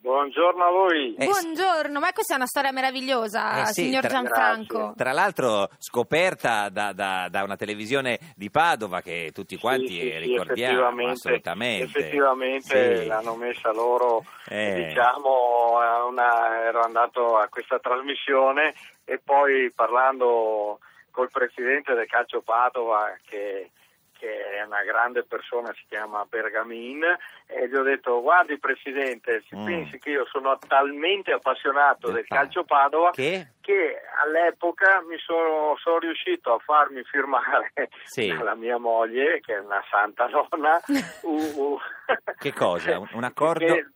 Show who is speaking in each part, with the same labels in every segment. Speaker 1: Buongiorno a voi.
Speaker 2: Eh,
Speaker 3: Buongiorno, ma questa è una storia meravigliosa,
Speaker 2: Eh sì,
Speaker 3: signor
Speaker 2: tra-
Speaker 3: Gianfranco.
Speaker 2: Tra l'altro scoperta da, da- da una televisione di Padova che tutti quanti
Speaker 1: Sì, sì, sì,
Speaker 2: ricordiamo
Speaker 1: effettivamente,
Speaker 2: assolutamente.
Speaker 1: Effettivamente
Speaker 2: Sì.
Speaker 1: l'hanno messa loro,
Speaker 2: Eh.
Speaker 1: diciamo, a una- ero andato a questa trasmissione e poi parlando col presidente del Calcio Padova che che è una grande persona, si chiama Bergamin, e gli ho detto guardi Presidente, si
Speaker 2: Mm.
Speaker 1: pensi che io sono talmente appassionato
Speaker 2: Del
Speaker 1: del
Speaker 2: Pa-
Speaker 1: calcio Padova
Speaker 2: Eh. Che? Cioè,
Speaker 1: che all'epoca mi sono, sono riuscito a farmi firmare
Speaker 2: Sì.
Speaker 1: dalla mia moglie, che è una santa donna, u- u-
Speaker 2: Che cosa? Un- un accordo?
Speaker 1: che-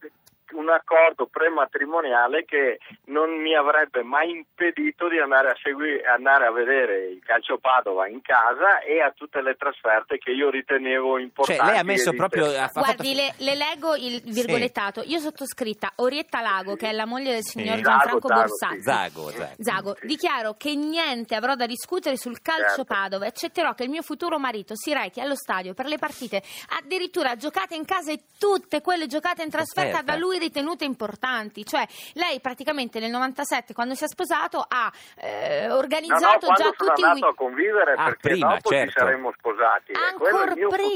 Speaker 1: un accordo prematrimoniale che non mi avrebbe mai impedito di andare a, segui- andare a vedere il calcio Padova in casa e a tutte le trasferte che io ritenevo
Speaker 2: Cioè
Speaker 1: importanti.
Speaker 2: lei ha messo
Speaker 1: ed
Speaker 2: proprio... ha fa-
Speaker 3: Guardi,
Speaker 2: fatto-
Speaker 3: le, le leggo il virgolettato. Io sottoscritta Orietta Lago, che è la moglie del signor
Speaker 2: Sì.
Speaker 1: Zago,
Speaker 3: Gianfranco
Speaker 1: Zago,
Speaker 3: Borsatti.
Speaker 1: sì.
Speaker 2: Zago, Zago.
Speaker 3: Zago, dichiaro che niente avrò da discutere sul calcio
Speaker 1: Certo.
Speaker 3: Padova. Accetterò che il mio futuro marito si rechi allo stadio per le partite, addirittura giocate in casa e tutte quelle giocate in trasferta
Speaker 2: Trasferta.
Speaker 3: da lui ritenute importanti. Cioè, lei praticamente nel 97, quando si è sposato, ha eh,
Speaker 1: No, no,
Speaker 3: organizzato
Speaker 1: quando
Speaker 3: già
Speaker 1: sono
Speaker 3: tutti i
Speaker 1: andato a convivere
Speaker 2: Ah,
Speaker 1: perché
Speaker 2: prima,
Speaker 1: dopo
Speaker 2: certo.
Speaker 1: ci saremmo sposati. E
Speaker 3: Ancor
Speaker 1: quello è il mio
Speaker 3: prima.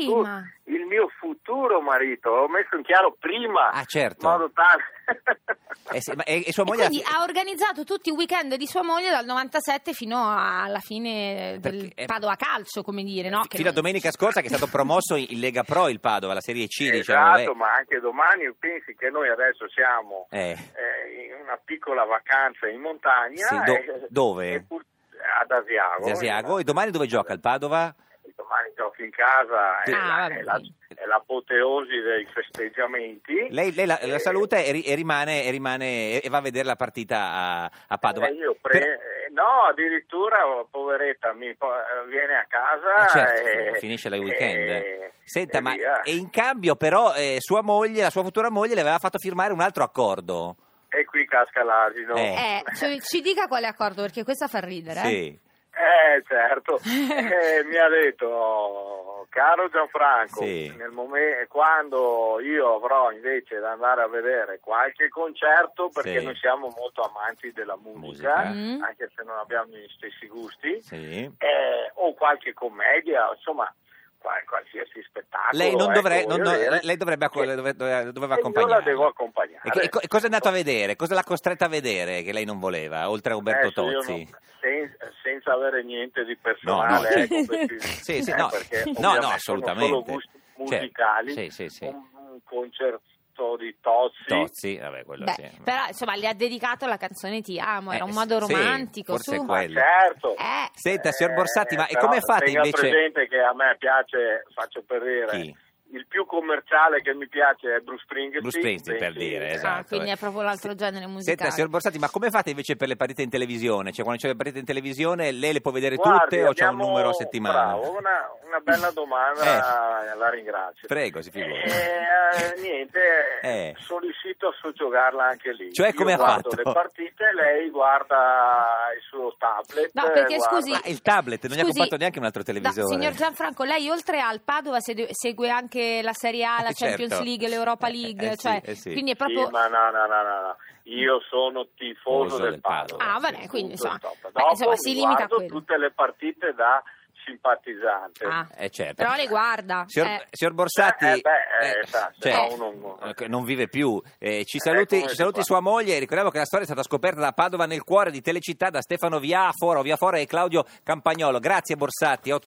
Speaker 1: futuro- il mio futuro marito, l'ho messo in chiaro prima.
Speaker 2: Ah, certo.
Speaker 1: In modo tale.
Speaker 2: Eh sì, ma- e, e sua
Speaker 3: E
Speaker 2: moglie...
Speaker 3: quindi ha organizzato tutti i weekend di sua moglie dal 97 fino alla fine del
Speaker 2: Perché- eh,
Speaker 3: Padova Calcio, come dire, no? Che
Speaker 2: Fino a
Speaker 3: non-
Speaker 2: domenica scorsa che è stato promosso in Lega Pro il Padova, la Serie C, diciamo lei.
Speaker 1: esatto, ma anche domani pensi che noi adesso siamo
Speaker 2: Eh,
Speaker 1: eh, in una piccola vacanza in montagna.
Speaker 2: Sì, do-
Speaker 1: e-
Speaker 2: dove?
Speaker 1: e pur- ad Asiago.
Speaker 2: Zasiago. E domani dove gioca il Padova?
Speaker 1: Domani giochi in casa, è,
Speaker 3: Ah,
Speaker 1: la-
Speaker 2: eh,
Speaker 3: vabbè,
Speaker 1: è la-
Speaker 3: sì.
Speaker 1: è l'apoteosi dei festeggiamenti.
Speaker 2: Lei, lei la, la
Speaker 1: Eh,
Speaker 2: saluta e, ri- e rimane, e rimane- e- e va a vedere la partita a, a Padova.
Speaker 1: Eh, io pre-
Speaker 2: Per-
Speaker 1: eh, No, addirittura, oh, poveretta, mi po- eh, viene a casa.
Speaker 2: Ah, certo,
Speaker 1: e-
Speaker 2: finisce il weekend.
Speaker 1: e-
Speaker 2: Senta,
Speaker 1: e
Speaker 2: ma
Speaker 1: eh, via.
Speaker 2: e in cambio però eh, sua moglie, la sua futura moglie, le aveva fatto firmare un altro accordo.
Speaker 1: E qui casca l'asino.
Speaker 2: Eh.
Speaker 3: Eh, ci, ci dica quale accordo, perché questa fa ridere. eh.
Speaker 2: Sì.
Speaker 1: Eh, certo, Eh, mi ha detto, caro Gianfranco,
Speaker 2: Sì.
Speaker 1: nel momen- quando io avrò invece da andare a vedere qualche concerto, perché
Speaker 2: Sì.
Speaker 1: noi siamo molto amanti della musica,
Speaker 2: Musica.
Speaker 3: Mm.
Speaker 1: anche se non abbiamo gli stessi gusti,
Speaker 2: sì.
Speaker 1: eh, o qualche commedia, insomma, qual- qualsiasi spettacolo.
Speaker 2: Lei, non
Speaker 1: ecco,
Speaker 2: dovre- non
Speaker 1: voglio
Speaker 2: do-
Speaker 1: dire.
Speaker 2: lei dovrebbe, acco- le dove- dove- doveva
Speaker 1: E io
Speaker 2: accompagnare.
Speaker 1: la devo accompagnare.
Speaker 2: E, che- e co- e cosa è andato a vedere? Cosa l'ha costretta a vedere che lei non voleva, oltre a Umberto
Speaker 1: Adesso Eh, io
Speaker 2: Tozzi?
Speaker 1: non- sen- senza avere niente di personale,
Speaker 2: No, no.
Speaker 1: ecco, perché-
Speaker 2: Sì, sì,
Speaker 1: eh,
Speaker 2: no.
Speaker 1: perché
Speaker 2: No, no,
Speaker 1: ovviamente
Speaker 2: assolutamente.
Speaker 1: Sono solo gusti
Speaker 2: Cioè,
Speaker 1: musicali,
Speaker 2: sì, sì, sì.
Speaker 1: Un, un concerto di Tozzi.
Speaker 2: Tozzi, vabbè, quello
Speaker 3: Beh,
Speaker 2: sì.
Speaker 3: però insomma le ha dedicato la canzone Ti amo, era
Speaker 2: Eh,
Speaker 3: un modo
Speaker 2: sì,
Speaker 3: romantico.
Speaker 2: forse
Speaker 3: su.
Speaker 2: è quello.
Speaker 1: Certo.
Speaker 3: Eh,
Speaker 2: Senta, signor
Speaker 1: Eh,
Speaker 2: Borsatti, ma e
Speaker 1: però
Speaker 2: come fate
Speaker 1: tenga
Speaker 2: invece?
Speaker 1: presente che a me piace, faccio per dire,
Speaker 2: Chi?
Speaker 1: il più commerciale che mi piace è Bruce Springsteen.
Speaker 2: Bruce Springsteen, per
Speaker 1: pensi-
Speaker 2: dire,
Speaker 1: eh,
Speaker 2: esatto.
Speaker 3: Ah, quindi è proprio l'altro genere musicale.
Speaker 2: Senta, signor Borsati, ma come fate invece per le partite in televisione? Cioè, quando c'è le partite in televisione, lei le può vedere
Speaker 1: Guardi,
Speaker 2: tutte o c'è un
Speaker 1: abbiamo-
Speaker 2: numero a settimana? Eh.
Speaker 1: Bravo, una, una bella domanda, la ringrazio.
Speaker 2: Prego, si figuri.
Speaker 1: Eh, eh, niente,
Speaker 2: Eh.
Speaker 1: sono riuscito a soggiogarla anche lì.
Speaker 2: Cioè,
Speaker 1: Io
Speaker 2: come ha
Speaker 1: guardo
Speaker 2: fatto?
Speaker 1: le partite, lei guarda il suo tablet.
Speaker 3: No, perché
Speaker 1: Eh, guarda-
Speaker 3: scusi.
Speaker 2: Ma il tablet, non gli ha
Speaker 3: scusi,
Speaker 2: comprato neanche un altro televisore.
Speaker 3: No, signor Gianfranco, lei oltre al Padova sede- segue anche la Serie A, la
Speaker 2: Eh, certo.
Speaker 3: Champions League, l'Europa League.
Speaker 2: Eh, eh, sì,
Speaker 3: cioè,
Speaker 2: eh, sì.
Speaker 3: Quindi è
Speaker 1: Sì,
Speaker 3: proprio.
Speaker 1: ma no, no, no, no, no. Io sono tifoso
Speaker 2: Tifoso
Speaker 1: del,
Speaker 2: del
Speaker 1: Padova.
Speaker 2: Padova.
Speaker 3: Ah, vabbè, quindi,
Speaker 1: Punto
Speaker 3: insomma,
Speaker 1: e stop.
Speaker 3: beh,
Speaker 1: Dopo
Speaker 3: insomma, si
Speaker 1: mi
Speaker 3: limita a
Speaker 1: guardo
Speaker 3: quello.
Speaker 1: tutte le partite da simpatizzante.
Speaker 3: Ah,
Speaker 2: Eh, certo.
Speaker 3: Però le guarda.
Speaker 2: Signor,
Speaker 3: eh.
Speaker 2: signor Borsatti,
Speaker 1: Eh, eh, beh, eh, sa, se
Speaker 2: cioè,
Speaker 1: no uno-
Speaker 2: eh, non vive più. Eh, ci saluti,
Speaker 1: come
Speaker 2: ci
Speaker 1: si
Speaker 2: saluti
Speaker 1: fa?
Speaker 2: sua moglie. Ricordiamo che la storia è stata scoperta da Padova nel cuore di Telecittà da Stefano Viaforo, Viaforo e Claudio Campagnolo. Grazie, Borsatti.